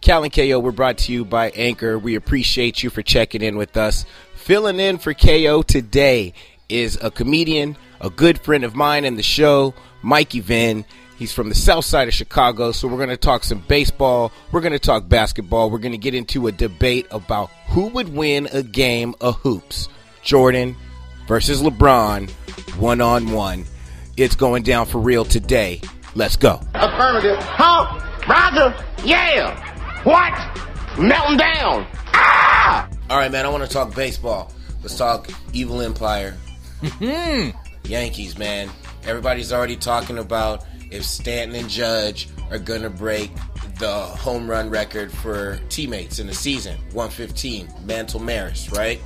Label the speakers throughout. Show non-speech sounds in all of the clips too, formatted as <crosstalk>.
Speaker 1: Cal and KO, we're brought to you by Anchor. We appreciate you for checking in with us. Filling in for KO today is a comedian, a good friend of mine in the show, Mikey Vin. He's from the south side of Chicago, so we're going to talk some baseball. We're going to talk basketball. We're going to get into a debate about who would win a game of hoops Jordan versus LeBron, one on one. It's going down for real today. Let's go.
Speaker 2: Affirmative. Huh? Roger. Yeah. What? Melting down. Ah!
Speaker 1: All right, man, I want to talk baseball. Let's talk Evil Empire. Yankees, man. Everybody's already talking about if Stanton and Judge are going to break the home run record for teammates in the season 115, Mantle Maris, right?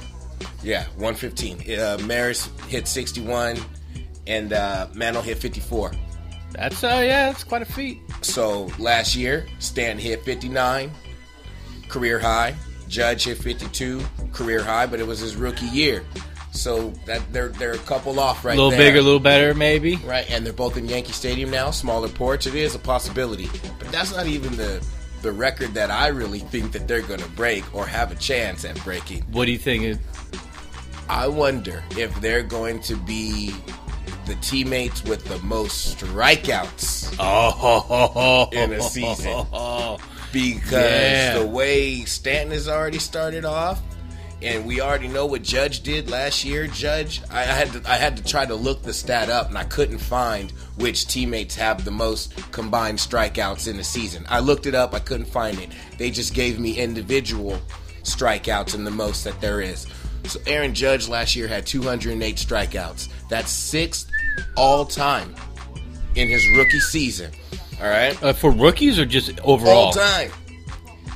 Speaker 1: Yeah, 115. Uh, Maris hit 61 and uh, Mantle hit 54.
Speaker 3: That's uh, yeah, that's quite a feat.
Speaker 1: So last year, Stanton hit 59, career high. Judge hit 52, career high, but it was his rookie year. So that they're they're a couple off right
Speaker 3: A little
Speaker 1: there.
Speaker 3: bigger, a little better, maybe.
Speaker 1: Right, and they're both in Yankee Stadium now, smaller porch. It is a possibility, but that's not even the the record that I really think that they're going to break or have a chance at breaking.
Speaker 3: What do you think? It-
Speaker 1: I wonder if they're going to be the teammates with the most strikeouts
Speaker 3: Oh, ho, ho, ho,
Speaker 1: <laughs> In a season.
Speaker 3: <laughs> ho, ho.
Speaker 1: because
Speaker 3: Yeah.
Speaker 1: the way Stanton has already started off. And we already know what Judge did last year. Judge, I, I had to, I had to try to look the stat up, and I couldn't find which teammates have the most combined strikeouts in the season. I looked it up, I couldn't find it. They just gave me individual strikeouts and the most that there is. So Aaron Judge last year had 208 strikeouts. That's sixth all time in his rookie season. All right
Speaker 3: Uh, for rookies or just overall?
Speaker 1: all time.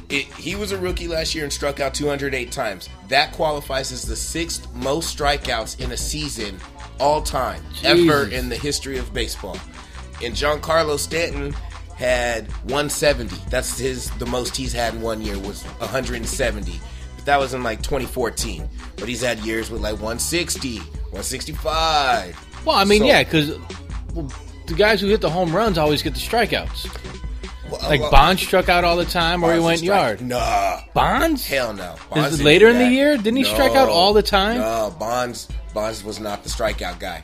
Speaker 1: It, he was a rookie last year and struck out 208 times. That qualifies as the sixth most strikeouts in a season all time ever
Speaker 3: Jesus.
Speaker 1: in the history of baseball. And Giancarlo Stanton had 170. That's his the most he's had in one year was 170. But that was in like 2014. But he's had years with like 160, 165.
Speaker 3: Well, I mean,
Speaker 1: So-
Speaker 3: yeah, 'cause yeah, because the guys who hit the home runs always get the strikeouts. Like
Speaker 1: Well,
Speaker 3: Bonds struck out all the time, or he
Speaker 1: Bonds
Speaker 3: went
Speaker 1: strike-
Speaker 3: yard.
Speaker 1: Nah.
Speaker 3: Bonds?
Speaker 1: Hell no.
Speaker 3: Is
Speaker 1: didn't
Speaker 3: it later
Speaker 1: do
Speaker 3: in the
Speaker 1: that.
Speaker 3: year? Didn't he strike out
Speaker 1: No.
Speaker 3: all the time?
Speaker 1: No, Bonds Bonds was not the strikeout guy.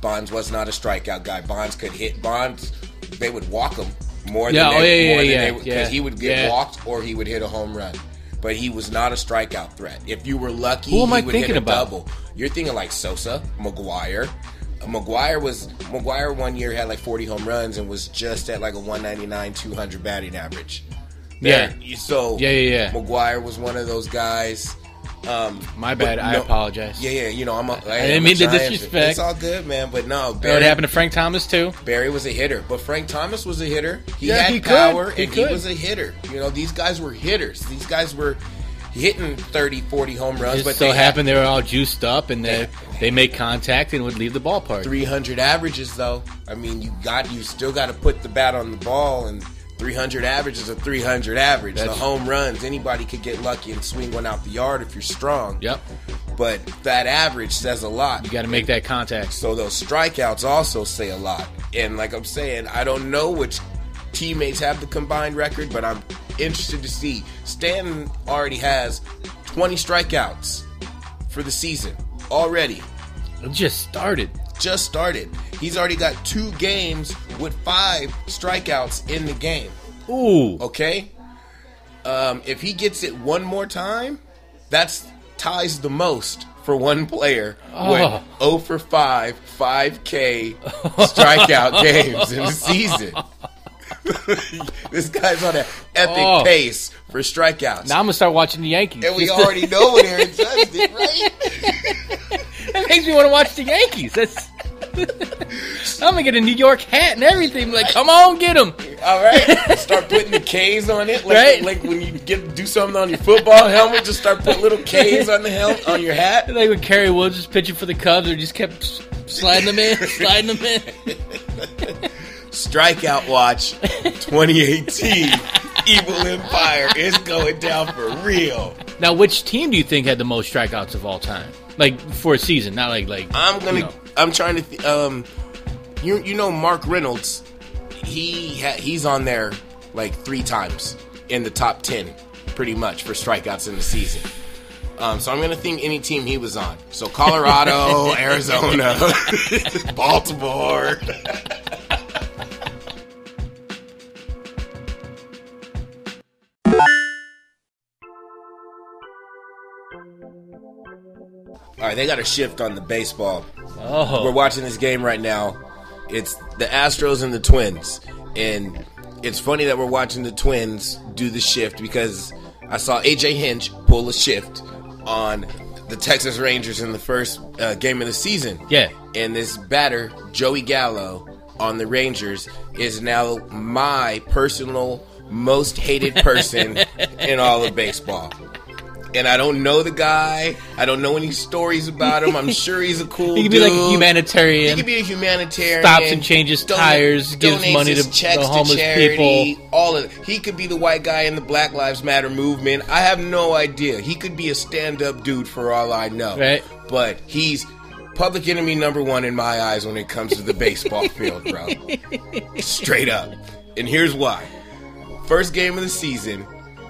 Speaker 1: Bonds was not a strikeout guy. Bonds could hit Bonds. They would walk him more than
Speaker 3: Yeah, oh,
Speaker 1: they,
Speaker 3: yeah,
Speaker 1: more
Speaker 3: yeah,
Speaker 1: than
Speaker 3: yeah,
Speaker 1: they would
Speaker 3: yeah,
Speaker 1: he would get
Speaker 3: yeah.
Speaker 1: walked or he would hit a home run. But he was not a strikeout threat. If you were lucky,
Speaker 3: Who am
Speaker 1: he
Speaker 3: I
Speaker 1: would
Speaker 3: thinking
Speaker 1: hit a
Speaker 3: about?
Speaker 1: double. You're thinking like Sosa, McGuire. McGuire was McGuire one year had like 40 home runs and was just at like a 199, 200 batting average.
Speaker 3: Yeah.
Speaker 1: There- So
Speaker 3: Yeah, yeah, yeah.
Speaker 1: McGuire was one of those guys. Um,
Speaker 3: My bad.
Speaker 1: but
Speaker 3: I
Speaker 1: no-
Speaker 3: apologize.
Speaker 1: Yeah, yeah. You know, I'm. A, I,
Speaker 3: didn't
Speaker 1: am a
Speaker 3: mean to
Speaker 1: Giants fan.
Speaker 3: disrespect.
Speaker 1: It's all good, man. But no,
Speaker 3: You know what
Speaker 1: Barry,
Speaker 3: happened to Frank Thomas too?
Speaker 1: Barry was a hitter, but Frank Thomas was a hitter. He
Speaker 3: Yeah,
Speaker 1: had
Speaker 3: he could.
Speaker 1: power,
Speaker 3: He
Speaker 1: and
Speaker 3: could.
Speaker 1: he was a hitter. You know, these guys were hitters. These guys were hitting 30, 40 home runs,
Speaker 3: Just
Speaker 1: but
Speaker 3: so
Speaker 1: they had
Speaker 3: happened they were all juiced up and they they made contact and would leave the ballpark.
Speaker 1: 300 averages though. I mean, you got you still got to put the bat on the ball and 300 average is a 300 average. the
Speaker 3: That's-
Speaker 1: home runs, anybody could get lucky and swing one out the yard if you're strong.
Speaker 3: Yep.
Speaker 1: But that average says a lot.
Speaker 3: You got to make that contact.
Speaker 1: So those strikeouts also say a lot. And like I'm saying, I don't know which teammates have the combined record, but I'm interested to see. Stanton already has 20 strikeouts for the season already
Speaker 3: It just started.
Speaker 1: just started. He's already got two games with five strikeouts in the game.
Speaker 3: Ooh.
Speaker 1: Okay, um, if he gets it one more time, that's ties the most for one player
Speaker 3: Oh.
Speaker 1: with 0 for 5, 5K
Speaker 3: <laughs>
Speaker 1: strikeout games in the season. <laughs> this guy's on an epic
Speaker 3: Oh.
Speaker 1: pace for strikeouts.
Speaker 3: Now I'm gonna start watching the Yankees. <laughs>
Speaker 1: and we
Speaker 3: Just to-
Speaker 1: already know what Aaron Judge did, right?
Speaker 3: <laughs> That <laughs> makes me want to watch the Yankees. That's. <laughs> I'm gonna get a New York hat and everything. Like, come on, get them.
Speaker 1: All right, start putting the K's on it, like,
Speaker 3: Right.
Speaker 1: like when you get do something on your football helmet, just start putting little K's on the helmet on your hat.
Speaker 3: Like when Kerry Woods was pitching for the Cubs, or just kept s- sliding them in, <laughs> sliding them in.
Speaker 1: Strikeout Watch 2018, Evil Empire is going down for real.
Speaker 3: Now, which team do you think had the most strikeouts of all time? Like for a season, not like like.
Speaker 1: I'm gonna,
Speaker 3: you know.
Speaker 1: I'm trying to, th- um, you you know Mark Reynolds, he ha- he's on there like three times in the top ten, pretty much for strikeouts in the season. Um, so I'm gonna think any team he was on. So Colorado, Arizona, <laughs> Baltimore. All right, they got a shift on the baseball.
Speaker 3: Oh,
Speaker 1: We're watching this game right now. It's the Astros and the Twins. And it's funny that we're watching the Twins do the shift because I saw AJ Hinch pull a shift on the Texas Rangers in the first uh, game of the season.
Speaker 3: Yeah.
Speaker 1: And this batter, Joey Gallo, on the Rangers is now my personal most hated
Speaker 3: <laughs>
Speaker 1: person in all of baseball and I don't know the guy. I don't know any stories about him. I'm
Speaker 3: <laughs>
Speaker 1: sure he's a cool.
Speaker 3: he could be like a
Speaker 1: dude.
Speaker 3: humanitarian.
Speaker 1: He could be a humanitarian.
Speaker 3: Stops and changes tires, gives
Speaker 1: donates
Speaker 3: money to
Speaker 1: his checks
Speaker 3: the homeless
Speaker 1: charity, All of he could be the white guy in the Black Lives Matter movement. I have no idea. He could be a stand-up dude for all I know.
Speaker 3: Right.
Speaker 1: But he's public enemy number one in my eyes when it comes to the
Speaker 3: <laughs>
Speaker 1: baseball field, bro. Straight up. And here's why. First game of the season,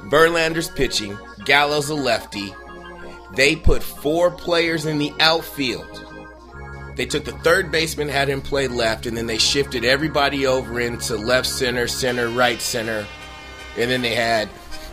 Speaker 1: Verlander's pitching, Gallo's a lefty. They put four players in the outfield. They took the third baseman, had him play left, and then they shifted everybody over into left center, center, right center. And then they had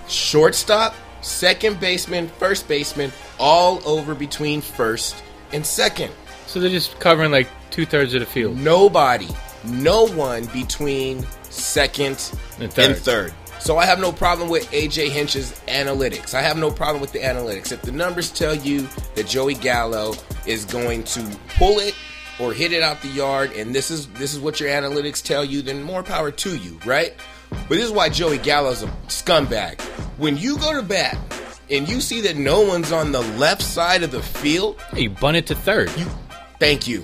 Speaker 1: shortstop, second baseman, first baseman, all over between first and second.
Speaker 3: so they're just covering like two thirds of the field.
Speaker 1: Nobody, no one between second
Speaker 3: And third.
Speaker 1: and third. So I have no problem with AJ Hinch's analytics. I have no problem with the analytics. If the numbers tell you that Joey Gallo is going to pull it or hit it out the yard, and this is this is what your analytics tell you, then more power to you, right? But this is why Joey Gallo's a scumbag. When you go to bat and you see that no one's on the left side of the field,
Speaker 3: Hey, you bunt it to third.
Speaker 1: you thank you.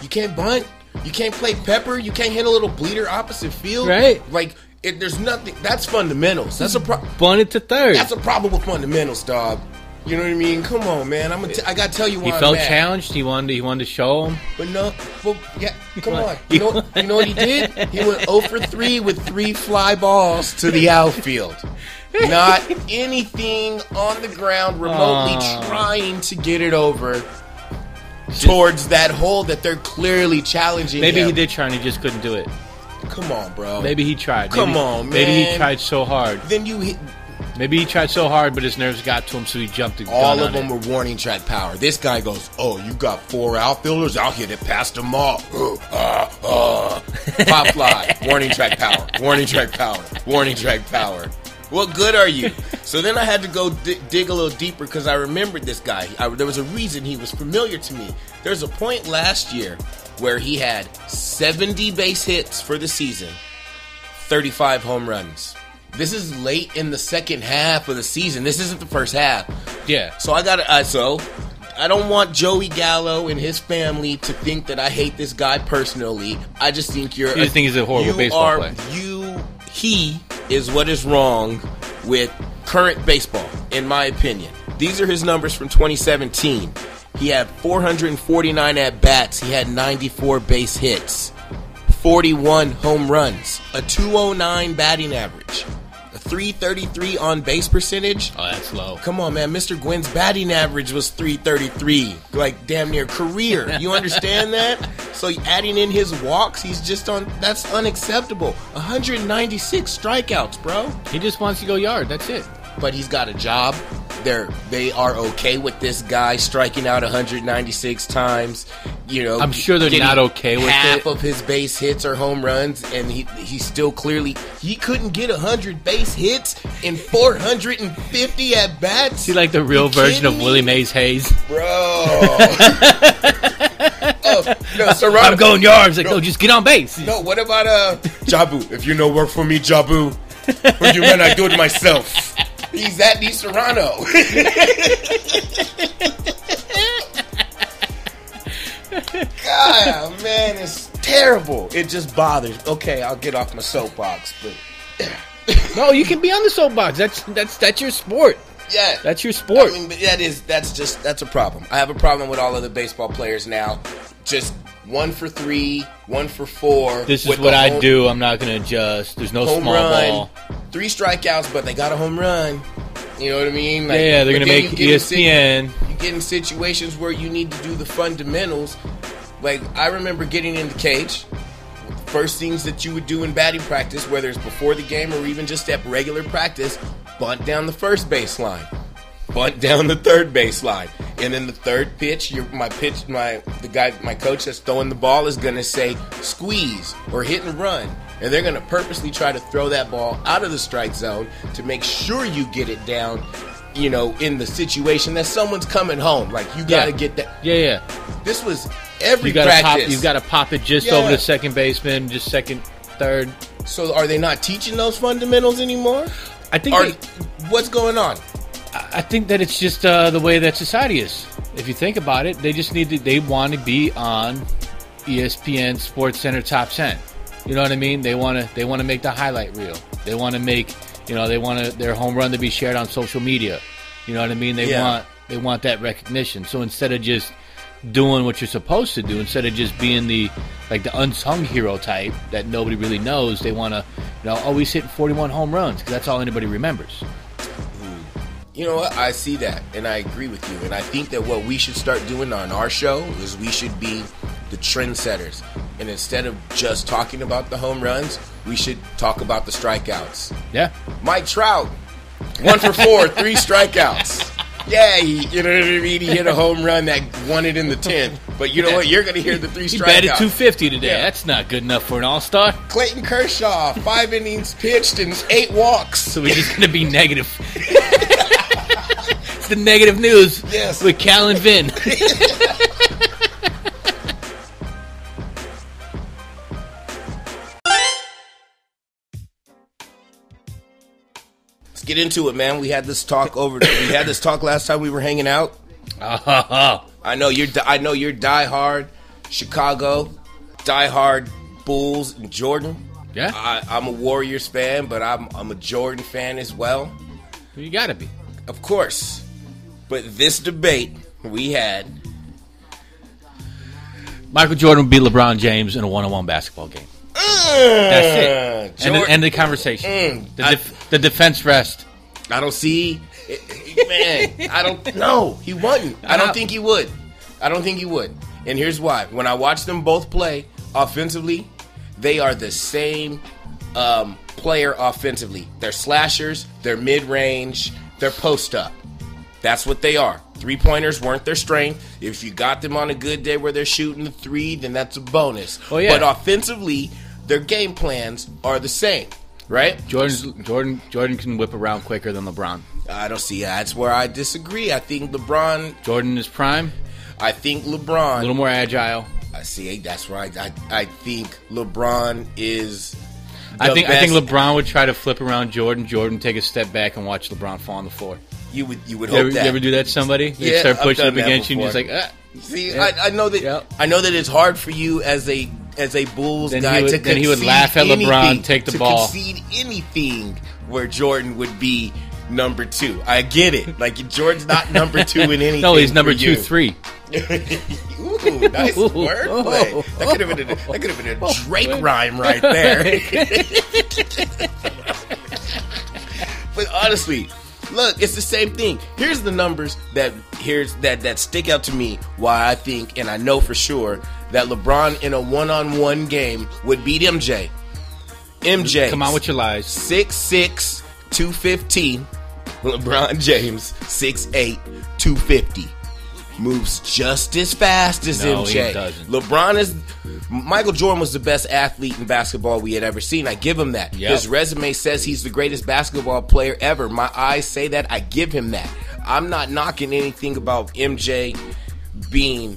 Speaker 1: You can't bunt. You can't play pepper. You can't hit a little bleeder opposite field.
Speaker 3: Right.
Speaker 1: Like it, there's nothing. That's fundamentals. That's a pro-
Speaker 3: bunt it to third.
Speaker 1: That's a problem with fundamentals, dog. You know what I mean? Come on, man. I'm. Gonna t- I gotta tell you why
Speaker 3: he
Speaker 1: I'm
Speaker 3: felt
Speaker 1: mad.
Speaker 3: challenged. He wanted. He wanted to show him.
Speaker 1: But no, well, yeah, come
Speaker 3: What?
Speaker 1: on. You know, you know what he did? He went 0 for 3 with three fly balls to the outfield. Not anything on the ground remotely
Speaker 3: Aw.
Speaker 1: trying to get it over towards that hole that they're clearly challenging.
Speaker 3: Maybe
Speaker 1: him.
Speaker 3: he did try and he just couldn't do it.
Speaker 1: Come on, bro.
Speaker 3: Maybe he tried.
Speaker 1: Come
Speaker 3: Maybe-
Speaker 1: on,
Speaker 3: Maybe he
Speaker 1: man.
Speaker 3: tried so hard.
Speaker 1: Then you hit.
Speaker 3: Maybe he tried so hard, but his nerves got to him, so he jumped the gun
Speaker 1: All of
Speaker 3: on
Speaker 1: them
Speaker 3: it.
Speaker 1: were warning track power. This guy goes, "Oh, you got four outfielders. I'll hit it past them all." Uh, uh, uh. Pop
Speaker 3: <laughs>
Speaker 1: fly. warning track power. Warning track power. Warning track power. What good are you? So then I had to go di- dig a little deeper because I remembered this guy. I, there was a reason he was familiar to me. There's a point last year where he had 70 base hits for the season. 35 home runs. This is late in the second half of the season. This isn't the first half.
Speaker 3: Yeah.
Speaker 1: So I got to uh, so I don't want Joey Gallo and his family to think that I hate this guy personally. I just think you're
Speaker 3: You just think he's a horrible
Speaker 1: you
Speaker 3: baseball
Speaker 1: are,
Speaker 3: player.
Speaker 1: You he is what is wrong with current baseball in my opinion. These are his numbers from 2017. He had 449 at bats. He had 94 base hits. 41 home runs, a 209 batting average, a 333 on base percentage.
Speaker 3: Oh, that's low.
Speaker 1: Come on, man. Mr. Gwynn's batting average was 333, like damn near career. You understand that? So adding in his walks, he's just on that's unacceptable. 196 strikeouts, bro.
Speaker 3: He just wants to go yard. That's it.
Speaker 1: But he's got a job. They're they are okay with this guy striking out 196 times. You know,
Speaker 3: I'm sure they're
Speaker 1: getting
Speaker 3: not okay with
Speaker 1: half
Speaker 3: it.
Speaker 1: of his base hits are home runs, and he he still clearly he couldn't get 100 base hits in 450 at bats.
Speaker 3: He like the real version of
Speaker 1: kidding
Speaker 3: Willie
Speaker 1: me?
Speaker 3: Mays Hayes.
Speaker 1: Bro.
Speaker 3: <laughs>
Speaker 1: oh, no, Serrano.
Speaker 3: I'm going yard. He's like, no, just get on base.
Speaker 1: No, what about uh Jabu? If you no work for me, Jabu, or you gonna do it myself. He's at the Serrano. God, man, it's terrible. It just bothers. Okay, I'll get off my soapbox, but
Speaker 3: No, you can be on the soapbox. That's that's that's your sport.
Speaker 1: yeah,
Speaker 3: That's your sport.
Speaker 1: I mean, but that is that's just that's a problem. I have a problem with all of the baseball players now, just one for three, one for four.
Speaker 3: This is
Speaker 1: with
Speaker 3: what
Speaker 1: the
Speaker 3: I
Speaker 1: home-
Speaker 3: do. I'm not going to adjust. There's no
Speaker 1: Home
Speaker 3: small
Speaker 1: run,
Speaker 3: ball.
Speaker 1: three strikeouts, but they got a home run. You know what I mean? Like,
Speaker 3: yeah, they're
Speaker 1: but
Speaker 3: going to
Speaker 1: then
Speaker 3: make E
Speaker 1: you get in sit-
Speaker 3: ESPN.
Speaker 1: you get in situations where you need to do the fundamentals. Like I remember getting in the cage. First things that you would do in batting practice, whether it's before the game or even just at regular practice, bunt down the first baseline, bunt down the third baseline, and then the third pitch, your, my pitch, my the guy, my coach that's throwing the ball is gonna say squeeze or hit and run, and they're gonna purposely try to throw that ball out of the strike zone to make sure you get it down, you know, in the situation that someone's coming home. Like you gotta
Speaker 3: Yeah.
Speaker 1: get that.
Speaker 3: Yeah, yeah.
Speaker 1: This was every
Speaker 3: You got to pop.
Speaker 1: practice.
Speaker 3: You got to pop it just
Speaker 1: Yeah.
Speaker 3: over the second baseman, just second, third.
Speaker 1: So are they not teaching those fundamentals anymore?
Speaker 3: I think.
Speaker 1: Are,
Speaker 3: they-
Speaker 1: what's going on?
Speaker 3: I think that it's just uh, the way that society is. If you think about it, they just need to. They want to be on E ESPN Sports Center Top Ten. You know what I mean? They want to. They want to make the highlight reel. They want to make. You know, they want to, their home run to be shared on social media. You know what I mean? They
Speaker 1: Yeah.
Speaker 3: want. They want that recognition. So instead of just doing what you're supposed to do, instead of just being the like the unsung hero type that nobody really knows, they want to. You know, always hitting 41 home runs because that's all anybody remembers.
Speaker 1: You know what? I see that and I agree with you. And I think that what we should start doing on our show is we should be the trendsetters. And instead of just talking about the home runs, we should talk about the strikeouts.
Speaker 3: Yeah.
Speaker 1: Mike Trout, one for
Speaker 3: <laughs>
Speaker 1: four, three strikeouts. Yeah, he, you know what I mean? He hit a home run that won it in the 10th. But you know what? You're going to hear the three
Speaker 3: He
Speaker 1: strikeouts.
Speaker 3: batted 250 today.
Speaker 1: Yeah.
Speaker 3: That's not good enough for an all star.
Speaker 1: Clayton Kershaw, five innings pitched and eight walks.
Speaker 3: So we're just going
Speaker 1: <laughs>
Speaker 3: to be negative. <laughs> it's the negative news
Speaker 1: Yes.
Speaker 3: with Cal
Speaker 1: <laughs>
Speaker 3: and Vin. <laughs>
Speaker 1: Let's get into it, man. We had this talk over. We had this talk last time we were hanging out.
Speaker 3: Oh,
Speaker 1: I know you're. di- I know you're diehard Chicago, diehard Bulls and Jordan.
Speaker 3: Yeah.
Speaker 1: I, I'm a Warriors fan, but I'm I'm a Jordan fan as well,
Speaker 3: you got to be.
Speaker 1: of course. But this debate we had,
Speaker 3: Michael Jordan would beat LeBron James in a one on one basketball game. That's it.
Speaker 1: Uh, Jordan,
Speaker 3: And the, end of the conversation.
Speaker 1: Mm,
Speaker 3: the,
Speaker 1: I-
Speaker 3: def- the defense rest.
Speaker 1: I don't see, eh, man. I don't. No, he wouldn't. I don't think he would. I don't think he would. And here's why: when I watch them both play offensively, they are the same um, player offensively. They're slashers. They're mid range. They're post up. That's what they are. Three pointers weren't their strength. If you got them on a good day where they're shooting the three, then that's a bonus.
Speaker 3: Oh, yeah.
Speaker 1: But offensively, their game plans are the same, right?
Speaker 3: Jordan, Jordan, Jordan can whip around quicker than LeBron.
Speaker 1: I don't see. That's where I disagree. I think LeBron.
Speaker 3: Jordan is prime,
Speaker 1: I think
Speaker 3: a
Speaker 1: LeBron.
Speaker 3: little more agile.
Speaker 1: I see. That's right. I I think LeBron is.
Speaker 3: I
Speaker 1: the
Speaker 3: think I think
Speaker 1: best.
Speaker 3: LeBron would try to flip around Jordan. Jordan take a step back and watch LeBron fall on the floor.
Speaker 1: You would you would
Speaker 3: You
Speaker 1: hope
Speaker 3: ever, you
Speaker 1: that.
Speaker 3: ever do that to somebody? They
Speaker 1: Yeah,
Speaker 3: start
Speaker 1: I've
Speaker 3: pushing
Speaker 1: done
Speaker 3: up
Speaker 1: that
Speaker 3: against you and
Speaker 1: before.
Speaker 3: you're just like, ah.
Speaker 1: see,
Speaker 3: Yeah.
Speaker 1: I, I know that.
Speaker 3: Yep.
Speaker 1: I know that it's hard for you as a as a Bulls
Speaker 3: Then he
Speaker 1: guy
Speaker 3: would-
Speaker 1: to
Speaker 3: then he
Speaker 1: concede
Speaker 3: would laugh at LeBron,
Speaker 1: anything-
Speaker 3: take the
Speaker 1: to
Speaker 3: ball.
Speaker 1: concede anything where Jordan would be number two. I get it. Like Jordan's not number two in anything.
Speaker 3: <laughs> No, he's number
Speaker 1: for
Speaker 3: two,
Speaker 1: you.
Speaker 3: three.
Speaker 1: Ooh, nice
Speaker 3: Ooh. Oh,
Speaker 1: wordplay. That could have been a, that could have been a Drake rhyme right
Speaker 3: <laughs>
Speaker 1: there. but honestly, look, it's the same thing. Here's the numbers that here's that that stick out to me. Why I think and I know for sure that LeBron in a one-on-one game would beat MJ. MJ,
Speaker 3: Come on with your lies.
Speaker 1: 6'6", 215. LeBron James, 6'8", 250. Moves just as fast as
Speaker 3: No, he
Speaker 1: MJ.
Speaker 3: doesn't.
Speaker 1: LeBron is Michael Jordan was the best athlete in basketball we had ever seen. I give him that.
Speaker 3: Yep.
Speaker 1: His resume says he's the greatest basketball player ever. My eyes say that. I give him that. I'm not knocking anything about MJ being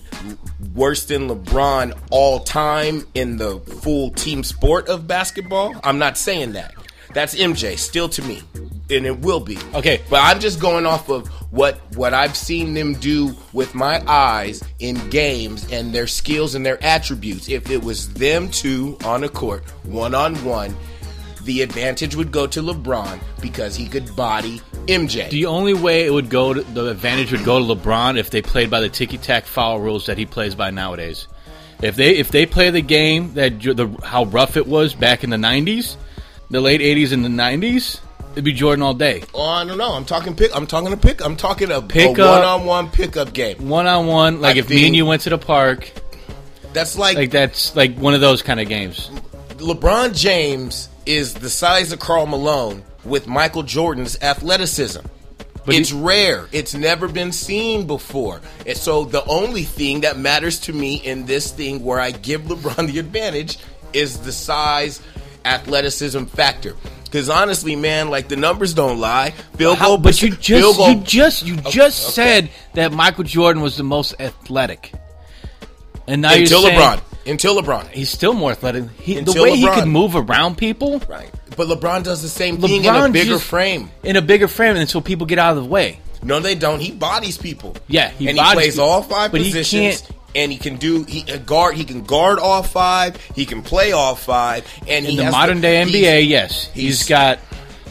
Speaker 1: worse than LeBron all time in the full team sport of basketball. I'm not saying that. That's MJ still to me, and it will be.
Speaker 3: Okay.
Speaker 1: but I'm just going off of what what I've seen them do with my eyes in games and their skills and their attributes. If it was them two on a court, one on one, the advantage would go to LeBron because he could body MJ.
Speaker 3: The only way it would go, to, the advantage would go to LeBron if they played by the ticky tack foul rules that he plays by nowadays. If they if they play the game that ju- the how rough it was back in the '90s, the late '80s and the '90s, it'd be Jordan all day.
Speaker 1: Oh, I don't know. I'm talking pick. I'm talking a pick. I'm talking a,
Speaker 3: Pickup.
Speaker 1: a one-on-one pickup game.
Speaker 3: One on one, like
Speaker 1: I
Speaker 3: if me
Speaker 1: think-
Speaker 3: and you went to the park,
Speaker 1: That's like,
Speaker 3: like that's like one of those kind of games.
Speaker 1: LeBron James is the size of Carl Malone with Michael Jordan's athleticism.
Speaker 3: But
Speaker 1: it's
Speaker 3: he-
Speaker 1: rare. It's never been seen before. And so the only thing that matters to me in this thing where I give LeBron the advantage is the size athleticism factor. Cuz honestly, man, like the numbers don't lie. Field
Speaker 3: How,
Speaker 1: goal
Speaker 3: but you
Speaker 1: field
Speaker 3: just
Speaker 1: goal-
Speaker 3: you just you just said that Michael Jordan was the most athletic, and now
Speaker 1: until
Speaker 3: you're saying
Speaker 1: LeBron. Until LeBron.
Speaker 3: he's still more athletic. He, the
Speaker 1: Until
Speaker 3: way he
Speaker 1: LeBron.
Speaker 3: could move around people,
Speaker 1: Right. But LeBron does the same thing in a
Speaker 3: LeBron
Speaker 1: bigger
Speaker 3: just-
Speaker 1: frame.
Speaker 3: in a bigger frame, and so people get out of the way.
Speaker 1: No, they don't. He bodies people.
Speaker 3: Yeah, he
Speaker 1: and
Speaker 3: bodies
Speaker 1: he plays
Speaker 3: people,
Speaker 1: all five
Speaker 3: but he
Speaker 1: positions.
Speaker 3: can't-
Speaker 1: and he can do he a guard. He can guard all five. He can play all five. And he
Speaker 3: In the
Speaker 1: has
Speaker 3: modern day
Speaker 1: he's-
Speaker 3: NBA, yes, he's
Speaker 1: he's-
Speaker 3: got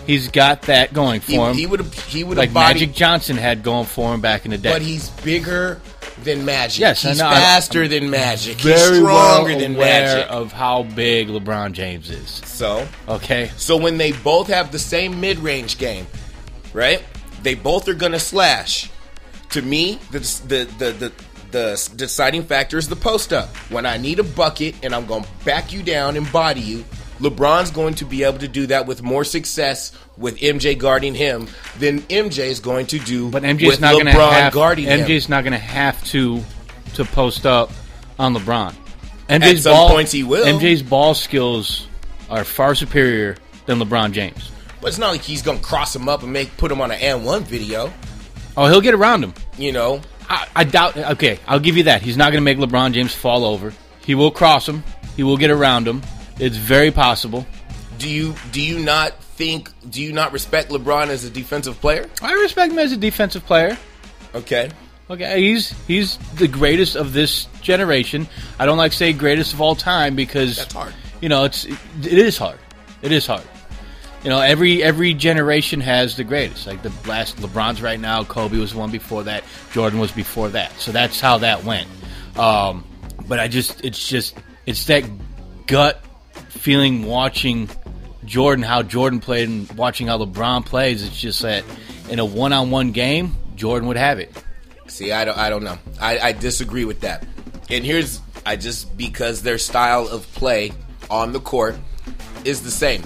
Speaker 3: he's got that going for him,
Speaker 1: He, he would have he would
Speaker 3: like
Speaker 1: have body,
Speaker 3: Magic Johnson had going for him back in the day.
Speaker 1: but he's bigger than Magic.
Speaker 3: Yes, I
Speaker 1: he's
Speaker 3: know. I'm-
Speaker 1: faster than Magic. he's
Speaker 3: very
Speaker 1: stronger
Speaker 3: well
Speaker 1: than
Speaker 3: aware
Speaker 1: Magic.
Speaker 3: of how big LeBron James is.
Speaker 1: so
Speaker 3: Okay,
Speaker 1: So when they both have the same mid range game, right? They both are gonna slash. To me, the the the the the deciding factor is the post up. When I need a bucket and I'm going to back you down and body you, LeBron's going to be able to do that with more success with MJ guarding him than MJ is going to do
Speaker 3: but
Speaker 1: with
Speaker 3: MJ's not going to
Speaker 1: LeBron
Speaker 3: have
Speaker 1: guarding him.
Speaker 3: MJ's not going to have to to post up on LeBron. MJ's
Speaker 1: some
Speaker 3: ball,
Speaker 1: points he will.
Speaker 3: MJ's ball skills are far superior than LeBron James.
Speaker 1: But it's not like he's going to cross him up and make put him on an and one video,
Speaker 3: Oh, he'll get around him.
Speaker 1: you know.
Speaker 3: I, I doubt. Okay, I'll give you that. He's not going to make LeBron James fall over. He will cross him. He will get around him. It's very possible.
Speaker 1: Do you do you not think do you not respect LeBron as a defensive player?
Speaker 3: I respect him as a defensive player.
Speaker 1: Okay.
Speaker 3: Okay, he's he's the greatest of this generation. I don't like to say greatest of all time because
Speaker 1: That's hard.
Speaker 3: You know, it's it is hard. It is hard. You know, every every generation has the greatest. Like the last LeBron's right now, Kobe was one before that, Jordan was before that. So that's how that went. Um, but I just it's just it's that gut feeling watching Jordan how Jordan played and watching how LeBron plays. It's just that in a one-on-one game, Jordan would have it.
Speaker 1: See, I don't I don't know. I, I disagree with that. And here's I just because their style of play on the court is the same.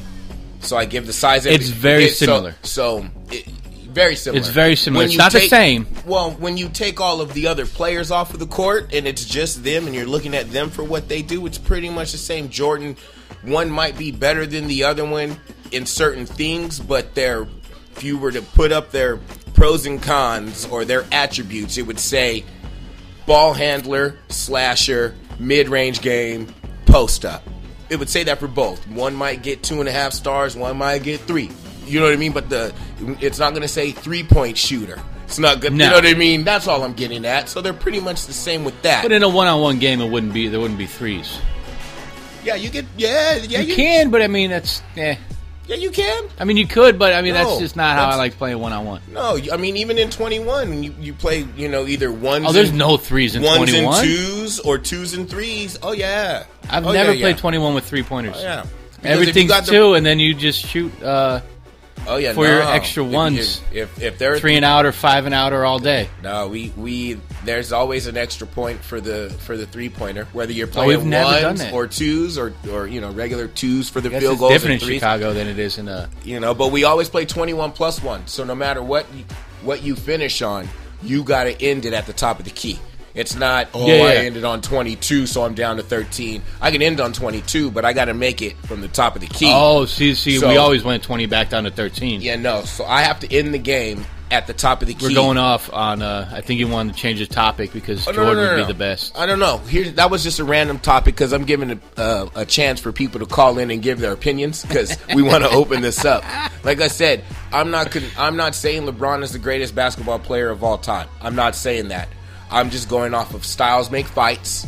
Speaker 1: So I give the size. of-
Speaker 3: It's very
Speaker 1: so-
Speaker 3: similar.
Speaker 1: So, it, very similar.
Speaker 3: It's very similar. It's
Speaker 1: you
Speaker 3: not the same.
Speaker 1: Well, when you take all of the other players off of the court and it's just them, and you're looking at them for what they do, it's pretty much the same. Jordan, one might be better than the other one in certain things, but they're if you were to put up their pros and cons or their attributes, it would say ball handler, slasher, mid range game, post up. It would say that for both. One might get two and a half stars, one might get three. You know what I mean? But the it's not gonna say three point shooter. It's not good.
Speaker 3: No.
Speaker 1: You know what I mean? That's all I'm getting at. So they're pretty much the same with that.
Speaker 3: But in a one-on-one game, it wouldn't be there wouldn't be threes.
Speaker 1: yeah, you get yeah, yeah,
Speaker 3: You can, but I mean that's eh.
Speaker 1: yeah, you can.
Speaker 3: I mean you could, but I mean that's
Speaker 1: No,
Speaker 3: just not how I
Speaker 1: that's-
Speaker 3: like playing one-on-one.
Speaker 1: No, you- I mean even in 21, you, you play you know either ones.
Speaker 3: Oh, there's
Speaker 1: and-
Speaker 3: no threes in
Speaker 1: ones and
Speaker 3: 21.
Speaker 1: twos or twos and threes. Oh yeah,
Speaker 3: I've
Speaker 1: Oh,
Speaker 3: never
Speaker 1: yeah,
Speaker 3: played
Speaker 1: yeah.
Speaker 3: 21 with three-pointers.
Speaker 1: Yeah, Because if you
Speaker 3: Everything's
Speaker 1: got the-
Speaker 3: two, and then you just shoot uh,
Speaker 1: Oh yeah,
Speaker 3: for your
Speaker 1: no.
Speaker 3: extra
Speaker 1: If-
Speaker 3: ones.
Speaker 1: If if, if there
Speaker 3: three and out or five and out or all day.
Speaker 1: no, we we there's always an extra point for the for the three pointer, whether you're
Speaker 3: Oh, we've
Speaker 1: playing
Speaker 3: never done
Speaker 1: ones
Speaker 3: that.
Speaker 1: or twos or or you know regular twos for the
Speaker 3: I guess
Speaker 1: field
Speaker 3: it's
Speaker 1: goals
Speaker 3: different
Speaker 1: and
Speaker 3: in
Speaker 1: threes.
Speaker 3: Chicago than it is in uh,
Speaker 1: You know, but we always play twenty one plus one. So no matter what you, what you finish on, you got to end it at the top of the key. It's not oh
Speaker 3: Yeah, yeah.
Speaker 1: I ended on twenty two, so I'm down to thirteen. I can end on twenty two, but I got to make it from the top of the key.
Speaker 3: Oh, see, see, we
Speaker 1: So-
Speaker 3: always went 20 back down to 13.
Speaker 1: yeah, no. So I have to end the game at the top of the
Speaker 3: We're
Speaker 1: key.
Speaker 3: going off on. Uh, I think you wanted to change the topic because
Speaker 1: Oh, no,
Speaker 3: Jordan
Speaker 1: no, no,
Speaker 3: would be
Speaker 1: no.
Speaker 3: the best.
Speaker 1: I don't know. Here, that was just a random topic because I'm giving a, uh, a chance for people to call in and give their opinions because we want to open this up. Like I said, I'm not. Con- I'm not saying LeBron is the greatest basketball player of all time. I'm not saying that. I'm just going off of styles make fights.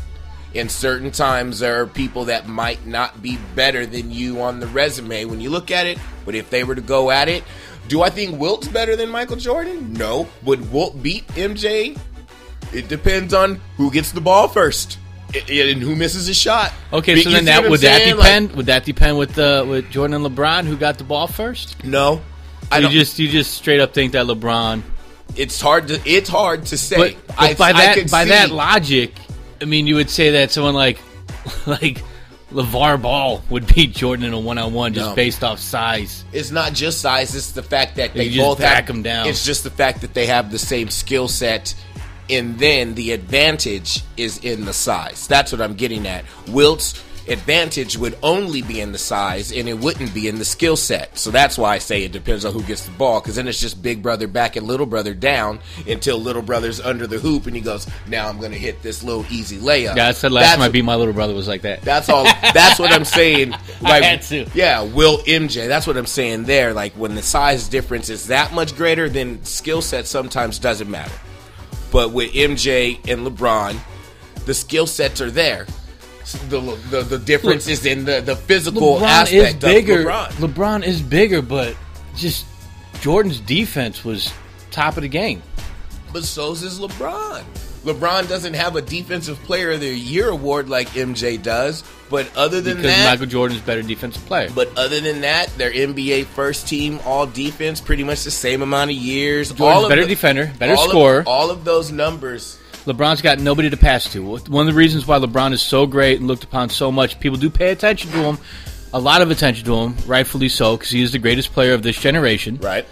Speaker 1: In certain times, there are people that might not be better than you on the resume when you look at it. But if they were to go at it, do I think Wilt's better than Michael Jordan? No. Would Wilt beat MJ? It depends on who gets the ball first. I- and who misses a shot?
Speaker 3: Okay,
Speaker 1: Be-
Speaker 3: so
Speaker 1: you
Speaker 3: then
Speaker 1: see what
Speaker 3: that
Speaker 1: I'm
Speaker 3: would that
Speaker 1: saying?
Speaker 3: depend? would that depend with uh, with Jordan and LeBron who got the ball first?
Speaker 1: Like, no, I
Speaker 3: you
Speaker 1: don't.
Speaker 3: just you just straight up think that LeBron.
Speaker 1: it's hard to it's hard to say.
Speaker 3: But, but
Speaker 1: I,
Speaker 3: by
Speaker 1: I
Speaker 3: that
Speaker 1: could
Speaker 3: by
Speaker 1: see-
Speaker 3: that logic, I mean you would say that someone like <laughs> like LeVar Ball would beat Jordan in a one on one just
Speaker 1: No.
Speaker 3: based off size.
Speaker 1: it's not just size; it's the fact that they
Speaker 3: You just
Speaker 1: both
Speaker 3: back
Speaker 1: have,
Speaker 3: 'em down.
Speaker 1: It's just the fact that they have the same skill set, and then the advantage is in the size. That's what I'm getting at. Wilt's advantage would only be in the size, and it wouldn't be in the skill set. So that's why I say it depends on who gets the ball, because then it's just big brother back and little brother down until little brother's under the hoop, and he goes, "Now I'm going to hit this little easy layup."
Speaker 3: Yeah, I said last time I
Speaker 1: That's-
Speaker 3: beat my little brother was like that.
Speaker 1: That's all. That's what I'm
Speaker 3: <laughs>
Speaker 1: saying. Like,
Speaker 3: had to.
Speaker 1: Yeah, Will MJ. That's what I'm saying there. Like when the size difference is that much greater, then skill set sometimes doesn't matter. But with MJ and LeBron, the skill sets are there. The the, the difference is in the the physical
Speaker 3: LeBron
Speaker 1: aspect
Speaker 3: is bigger.
Speaker 1: of
Speaker 3: LeBron.
Speaker 1: LeBron.
Speaker 3: is bigger, but just Jordan's defense was top of the game.
Speaker 1: but so's is LeBron. LeBron doesn't have a defensive player of the year award like MJ does. But other than
Speaker 3: Because
Speaker 1: that,
Speaker 3: Michael Jordan's better defensive player.
Speaker 1: But other than that, their NBA first team all defense, pretty much the same amount of years.
Speaker 3: Jordan's
Speaker 1: all of
Speaker 3: better defender, better
Speaker 1: all of-
Speaker 3: scorer.
Speaker 1: all of those numbers.
Speaker 3: LeBron's got nobody to pass to. One of the reasons why LeBron is so great and looked upon so much, people do pay attention to him, a lot of attention to him, rightfully so, because he is the greatest player of this generation.
Speaker 1: Right.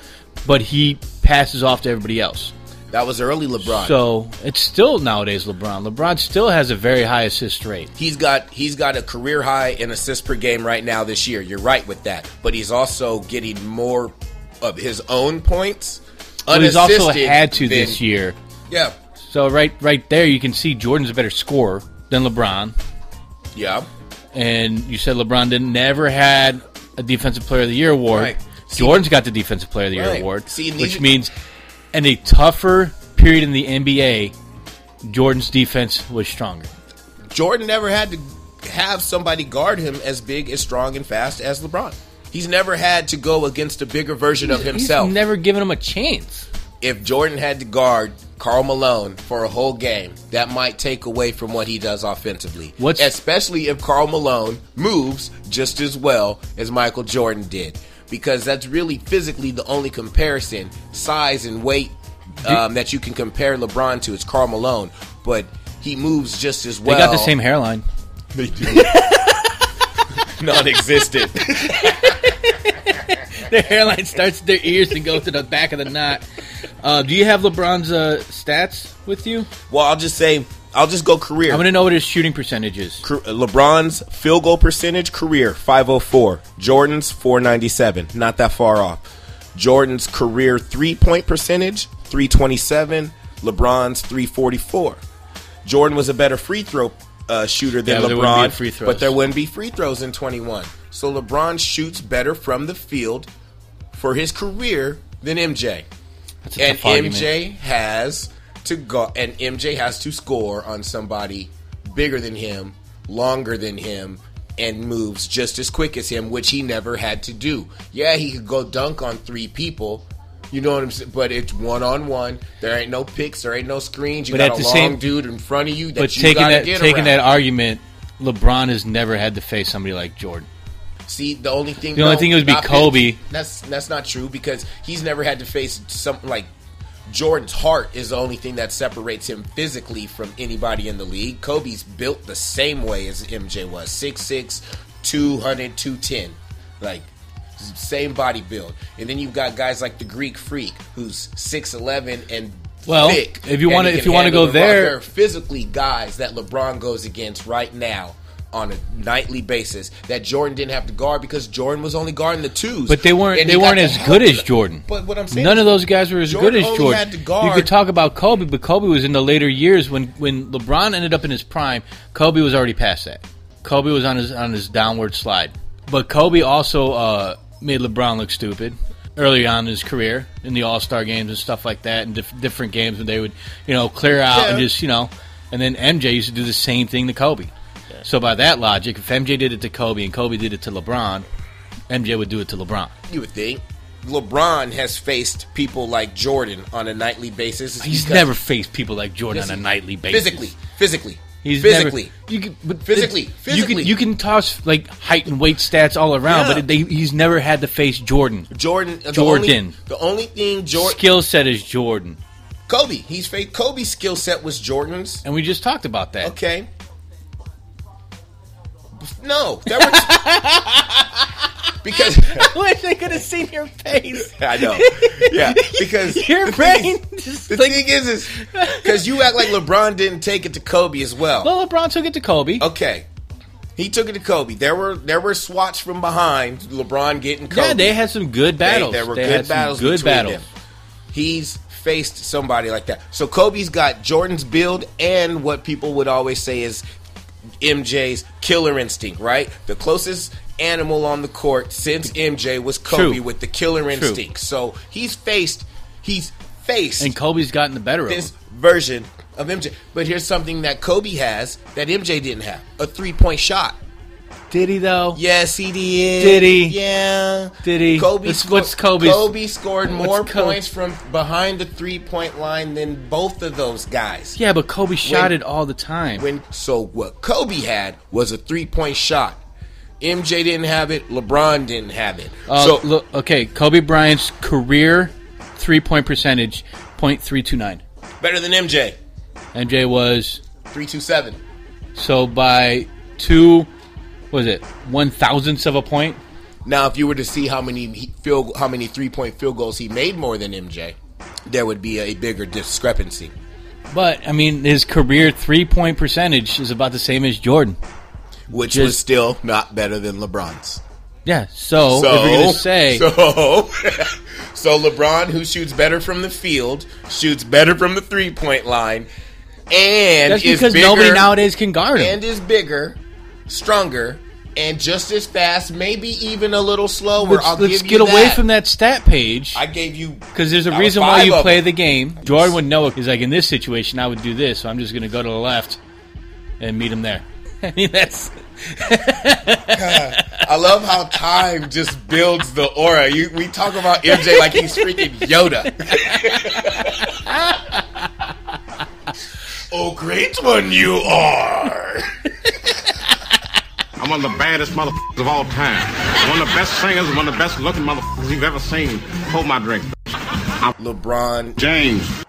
Speaker 3: But he passes off to everybody else.
Speaker 1: That was early LeBron.
Speaker 3: So it's still nowadays LeBron. LeBron still has a very high assist rate.
Speaker 1: he's got he's got a career high in assists per game right now this year. You're right with that. But he's also getting more of his own points.
Speaker 3: But he's also
Speaker 1: unassisted
Speaker 3: had to
Speaker 1: than-
Speaker 3: this year.
Speaker 1: Yeah.
Speaker 3: So right right there you can see Jordan's a better scorer than LeBron.
Speaker 1: Yeah.
Speaker 3: And you said LeBron didn't never had a defensive player of the year award.
Speaker 1: Right. See-
Speaker 3: Jordan's got the defensive player of the year
Speaker 1: Right.
Speaker 3: award.
Speaker 1: See, and
Speaker 3: which
Speaker 1: these-
Speaker 3: means in a tougher period in the NBA, Jordan's defense was stronger.
Speaker 1: Jordan never had to have somebody guard him as big, as strong, and fast as LeBron. He's never had to go against a bigger version of himself.
Speaker 3: He's never given him a chance.
Speaker 1: if Jordan had to guard Carl Malone for a whole game, that might take away from what he does offensively.
Speaker 3: What's-
Speaker 1: Especially if Carl Malone moves just as well as Michael Jordan did. Because that's really physically the only comparison, size and weight, um, that you can compare LeBron to. It's Carl Malone. But he moves just as
Speaker 3: They
Speaker 1: well.
Speaker 3: got
Speaker 1: <laughs>
Speaker 3: the same <laughs> hairline.
Speaker 1: They do. Non
Speaker 3: <laughs>
Speaker 1: existent.
Speaker 3: Their hairline starts at their ears and goes to the back of the knot. Uh, do you have LeBron's uh, stats with you?
Speaker 1: well, I'll just say, I'll just go career.
Speaker 3: I'm going to know what his shooting percentage is.
Speaker 1: Car- LeBron's field goal percentage career 504, Jordan's 497, not that far off. Jordan's career three point percentage 327, LeBron's 344. Jordan was a better free throw uh, shooter
Speaker 3: Yeah,
Speaker 1: than
Speaker 3: but there wouldn't be
Speaker 1: LeBron,
Speaker 3: free throws.
Speaker 1: but there wouldn't be free throws in 21. So LeBron shoots better from the field for his career than MJ.
Speaker 3: That's a
Speaker 1: And
Speaker 3: tough argument.
Speaker 1: MJ has to go and MJ has to score on somebody bigger than him, longer than him, and moves just as quick as him, which he never had to do. Yeah, he could go dunk on three people. You know what I'm saying? But it's one on one. There ain't no picks. There ain't no screens. You
Speaker 3: But
Speaker 1: got
Speaker 3: at
Speaker 1: a
Speaker 3: the
Speaker 1: long
Speaker 3: same-
Speaker 1: dude in front of you that
Speaker 3: But
Speaker 1: you
Speaker 3: taking
Speaker 1: got to
Speaker 3: that
Speaker 1: get
Speaker 3: taking
Speaker 1: around.
Speaker 3: that argument, LeBron has never had to face somebody like Jordan.
Speaker 1: See, the only thing
Speaker 3: The only thing would be
Speaker 1: stop it.
Speaker 3: Kobe.
Speaker 1: That's that's not true because he's never had to face something like Jordan's heart is the only thing that separates him physically from anybody in the league. Kobe's built the same way as MJ was 6'6, 200, 210. Like, same body build. And then you've got guys like the Greek Freak, who's 6'11 and
Speaker 3: Well,
Speaker 1: thick.
Speaker 3: if you
Speaker 1: and
Speaker 3: wanna-
Speaker 1: he
Speaker 3: if
Speaker 1: can
Speaker 3: you wanna
Speaker 1: handle
Speaker 3: go
Speaker 1: the rock.
Speaker 3: there-
Speaker 1: There are physically guys that LeBron goes against right now on a nightly basis that Jordan didn't have to guard because Jordan was only guarding the twos.
Speaker 3: But they weren't
Speaker 1: And
Speaker 3: they
Speaker 1: he got
Speaker 3: weren't
Speaker 1: the
Speaker 3: as
Speaker 1: help
Speaker 3: good
Speaker 1: of
Speaker 3: as
Speaker 1: the-
Speaker 3: Jordan.
Speaker 1: But what I'm saying,
Speaker 3: none
Speaker 1: is
Speaker 3: of those guys were as
Speaker 1: Jordan
Speaker 3: good as
Speaker 1: only
Speaker 3: Jordan.
Speaker 1: had to guard-
Speaker 3: You could talk about Kobe, but Kobe was in the later years when when LeBron ended up in his prime. Kobe was already past that. Kobe was on his on his downward slide. But Kobe also uh, made LeBron look stupid early on in his career in the All Star games and stuff like that, and dif- different games when they would you know clear out and
Speaker 1: Yeah.
Speaker 3: just you know. And then MJ used to do the same thing to Kobe. So by that logic, if MJ did it to Kobe and Kobe did it to LeBron, MJ would do it to LeBron.
Speaker 1: you would think. LeBron has faced people like Jordan on a nightly basis. It's
Speaker 3: He's
Speaker 1: because-
Speaker 3: never faced people like Jordan on a nightly basis.
Speaker 1: physically, physically.
Speaker 3: He's
Speaker 1: Physically.
Speaker 3: never- you can, but
Speaker 1: Physically,
Speaker 3: it- You
Speaker 1: physically.
Speaker 3: can, you can toss like height and weight stats all around,
Speaker 1: Yeah.
Speaker 3: but they, he's never had to face Jordan.
Speaker 1: Jordan. The Only,
Speaker 3: Jordan.
Speaker 1: the only thing Jordan.
Speaker 3: Skill set is Jordan,
Speaker 1: Kobe. He's fake. Kobe's skill set was Jordan's.
Speaker 3: and we just talked about that. <laughs>
Speaker 1: Okay. No, there were
Speaker 3: <laughs>
Speaker 1: t- because <laughs>
Speaker 3: I wish I could have seen your face.
Speaker 1: I know.
Speaker 3: <laughs>
Speaker 1: Yeah, because
Speaker 3: Your
Speaker 1: the thing
Speaker 3: brain
Speaker 1: is-
Speaker 3: just <laughs>
Speaker 1: The
Speaker 3: like-
Speaker 1: thing is, is because you act like LeBron didn't take it to Kobe as well.
Speaker 3: Well, LeBron took it to Kobe.
Speaker 1: Okay, he took it to Kobe. There were there were swats from behind. LeBron getting Kobe.
Speaker 3: Yeah, they had some good battles.
Speaker 1: They, there were
Speaker 3: They
Speaker 1: good
Speaker 3: had some
Speaker 1: battles.
Speaker 3: Good
Speaker 1: between
Speaker 3: battles.
Speaker 1: Them. He's faced somebody like that. So Kobe's got Jordan's build and what people would always say is MJ's killer instinct, right? The closest animal on the court since MJ was Kobe
Speaker 3: True.
Speaker 1: with the killer instinct. So he's faced he's faced
Speaker 3: And Kobe's gotten the better of
Speaker 1: this
Speaker 3: him.
Speaker 1: version of MJ. But here's something that Kobe has that MJ didn't have. A three-point shot.
Speaker 3: Did he though?
Speaker 1: Yes, he did.
Speaker 3: Did he?
Speaker 1: Yeah.
Speaker 3: Did he?
Speaker 1: Kobe.
Speaker 3: What's-
Speaker 1: sco-
Speaker 3: what's Kobe's-
Speaker 1: Kobe scored
Speaker 3: what's
Speaker 1: more
Speaker 3: Kobe-
Speaker 1: points from behind the three-point line than both of those guys.
Speaker 3: Yeah, but Kobe shot
Speaker 1: When-
Speaker 3: it all the time.
Speaker 1: When so what Kobe had was a three-point shot. MJ didn't have it. LeBron didn't have it.
Speaker 3: Uh,
Speaker 1: so
Speaker 3: look, okay, Kobe Bryant's career three point percentage point three two nine.
Speaker 1: better than MJ.
Speaker 3: MJ was
Speaker 1: Three two seven.
Speaker 3: so by two, what was it one thousandths of a point?
Speaker 1: Now, if you were to see how many he- field, how many three-point field goals he made more than MJ, there would be a bigger discrepancy.
Speaker 3: But I mean, his career three point percentage is about the same as Jordan.
Speaker 1: which
Speaker 3: Just-
Speaker 1: was still not better than LeBron's.
Speaker 3: Yeah. So,
Speaker 1: So,
Speaker 3: Oh, if we're gonna
Speaker 1: <laughs>
Speaker 3: say
Speaker 1: so, so LeBron, who shoots better from the field, shoots better from the three point line, and
Speaker 3: that's
Speaker 1: is
Speaker 3: because
Speaker 1: bigger,
Speaker 3: nobody nowadays can guard him.
Speaker 1: and is bigger, stronger, and just as fast, maybe even a little slower.
Speaker 3: Let's,
Speaker 1: I'll
Speaker 3: let's
Speaker 1: give
Speaker 3: get
Speaker 1: you
Speaker 3: away
Speaker 1: that.
Speaker 3: from that stat page.
Speaker 1: I gave you
Speaker 3: Because there's a
Speaker 1: I was
Speaker 3: reason why
Speaker 1: five
Speaker 3: you
Speaker 1: of
Speaker 3: play
Speaker 1: them.
Speaker 3: the game. Jordan would know it. He's like, in this situation, I would do this, so I'm just going to go to the left and meet him there. <laughs> I mean, that's
Speaker 1: I love how
Speaker 3: <laughs>
Speaker 1: time just builds the aura. You, we talk about MJ like he's freaking
Speaker 3: <laughs>
Speaker 1: Yoda. <laughs> oh, great one you are!
Speaker 4: I'm one of the baddest motherfuckers of all time. One of the best singers, one of the best looking motherfuckers you've ever seen. Hold my drink.
Speaker 1: LeBron
Speaker 4: James.